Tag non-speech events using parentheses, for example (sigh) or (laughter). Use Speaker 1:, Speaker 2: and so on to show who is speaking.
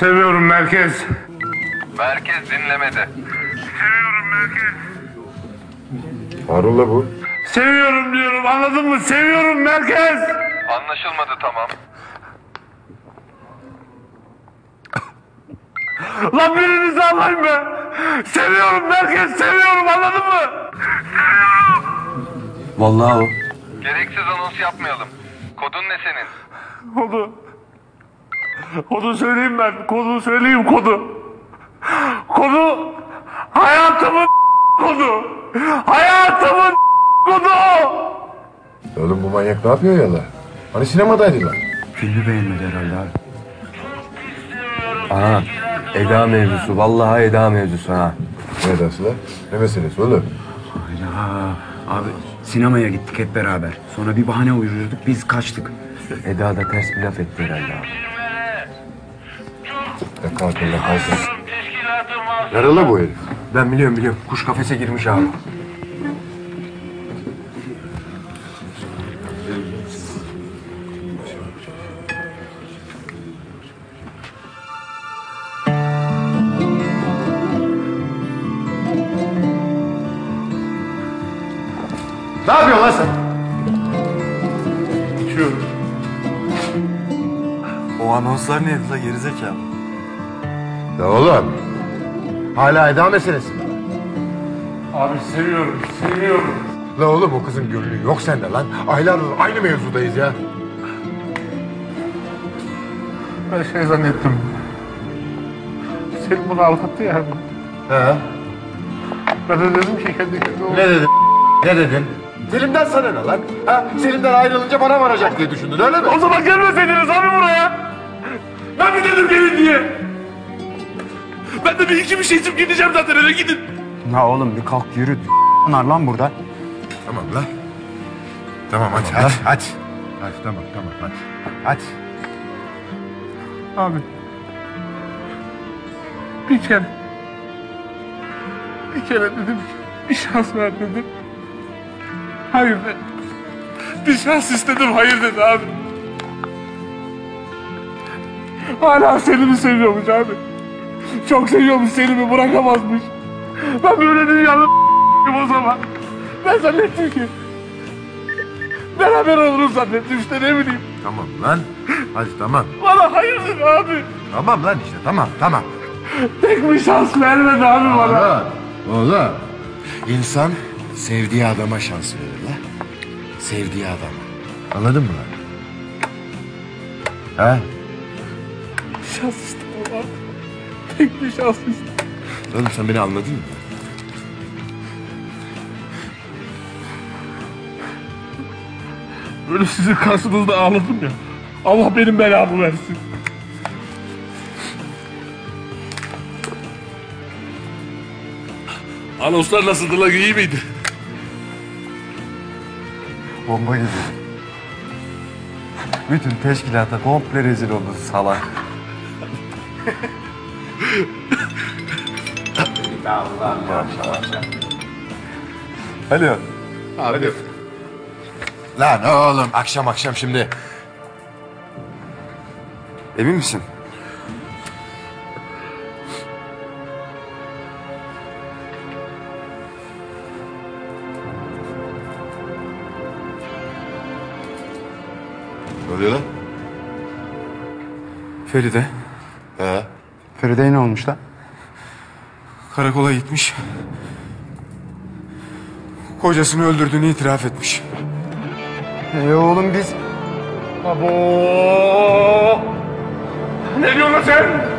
Speaker 1: Seviyorum merkez.
Speaker 2: Merkez dinlemede.
Speaker 1: Seviyorum merkez.
Speaker 3: Harun'la bu.
Speaker 1: Seviyorum diyorum anladın mı? Seviyorum merkez.
Speaker 2: Anlaşılmadı tamam.
Speaker 1: Lan birinizi alayım be. Seviyorum merkez seviyorum anladın mı?
Speaker 4: Vallahi o.
Speaker 2: Gereksiz anons yapmayalım. Kodun ne senin?
Speaker 1: Kodu. Kodu söyleyeyim ben. Kodu söyleyeyim kodu. Kodu hayatımın kodu. Hayatımın kodu.
Speaker 3: Oğlum bu manyak ne yapıyor ya la? Hani sinemadaydılar.
Speaker 4: Filmi beğenmedi herhalde abi. Aha. Eda mevzusu. Vallahi Eda mevzusu ha.
Speaker 3: Ne edası la? Ne meselesi oğlum?
Speaker 5: Hayda. Abi sinemaya gittik hep beraber. Sonra bir bahane uydurduk biz kaçtık.
Speaker 4: Eda da ters bir laf etti herhalde abi.
Speaker 3: Ya kalkın la kalkın.
Speaker 2: Teşkilatı mahsus.
Speaker 3: Yaralı bu herif.
Speaker 4: Ben biliyorum biliyorum. Kuş kafese girmiş abi.
Speaker 3: Ne yapıyorsun lan sen?
Speaker 1: İçiyorum.
Speaker 6: O anonslar neydi la gerizekalı?
Speaker 3: Ya oğlum. Hala Eda meselesi mi?
Speaker 1: Abi seviyorum seviyorum.
Speaker 3: La oğlum o kızın gönlü yok sende lan. Aylardır aynı mevzudayız ya.
Speaker 1: Ben şey zannettim. Selim bunu aldattı ya.
Speaker 3: He?
Speaker 1: Ben de dedim ki kendi kendime.
Speaker 3: Ne dedin? Ne dedin? Selim'den sana ne lan? Ha? Selim'den ayrılınca bana varacak diye düşündün öyle mi?
Speaker 1: O zaman gelmeseydiniz abi buraya. Ben mi dedim gelin diye? Ben de bir iki bir şey içip gideceğim zaten öyle gidin.
Speaker 5: Ya oğlum bir kalk yürü. Bunlar lan burada.
Speaker 3: Tamam la. Tamam hadi hadi. Hadi. Hadi tamam tamam hadi. Hadi.
Speaker 1: Abi. Bir kere. Bir kere dedim ki bir şans ver dedim. Hayır dedi. Bir şans istedim hayır dedi abi. Hala Selim'i seviyormuş abi. Çok seviyormuş Selim'i bırakamazmış. Ben böyle dünyanın (laughs) o zaman. Ben zannettim ki. Beraber olurum zannettim işte ne bileyim.
Speaker 3: Tamam lan. Hadi tamam.
Speaker 1: Bana hayır dedi abi.
Speaker 3: Tamam lan işte tamam tamam.
Speaker 1: Tek bir şans vermedi abi bana.
Speaker 3: Oğlum. Oğlum. İnsan sevdiği adama şans verir lan. Sevdiği adama. Anladın mı lan? Ha?
Speaker 1: Şans istedim abi. Tek bir şans istedim.
Speaker 3: Oğlum sen beni anladın mı?
Speaker 1: Böyle sizin karşınızda ağladım ya. Allah benim belamı versin. Anonslar nasıldı lan iyi miydi?
Speaker 4: Bomba gibi. Bütün teşkilata komple rezil oldu salak. Alo.
Speaker 3: Lan oğlum akşam akşam şimdi.
Speaker 4: Emin misin?
Speaker 3: Ne oluyor lan?
Speaker 4: Feride.
Speaker 3: He.
Speaker 5: Feride'ye ne olmuş lan?
Speaker 4: Karakola gitmiş. Kocasını öldürdüğünü itiraf etmiş.
Speaker 5: E oğlum biz...
Speaker 1: Abo! Ne diyorsun lan sen?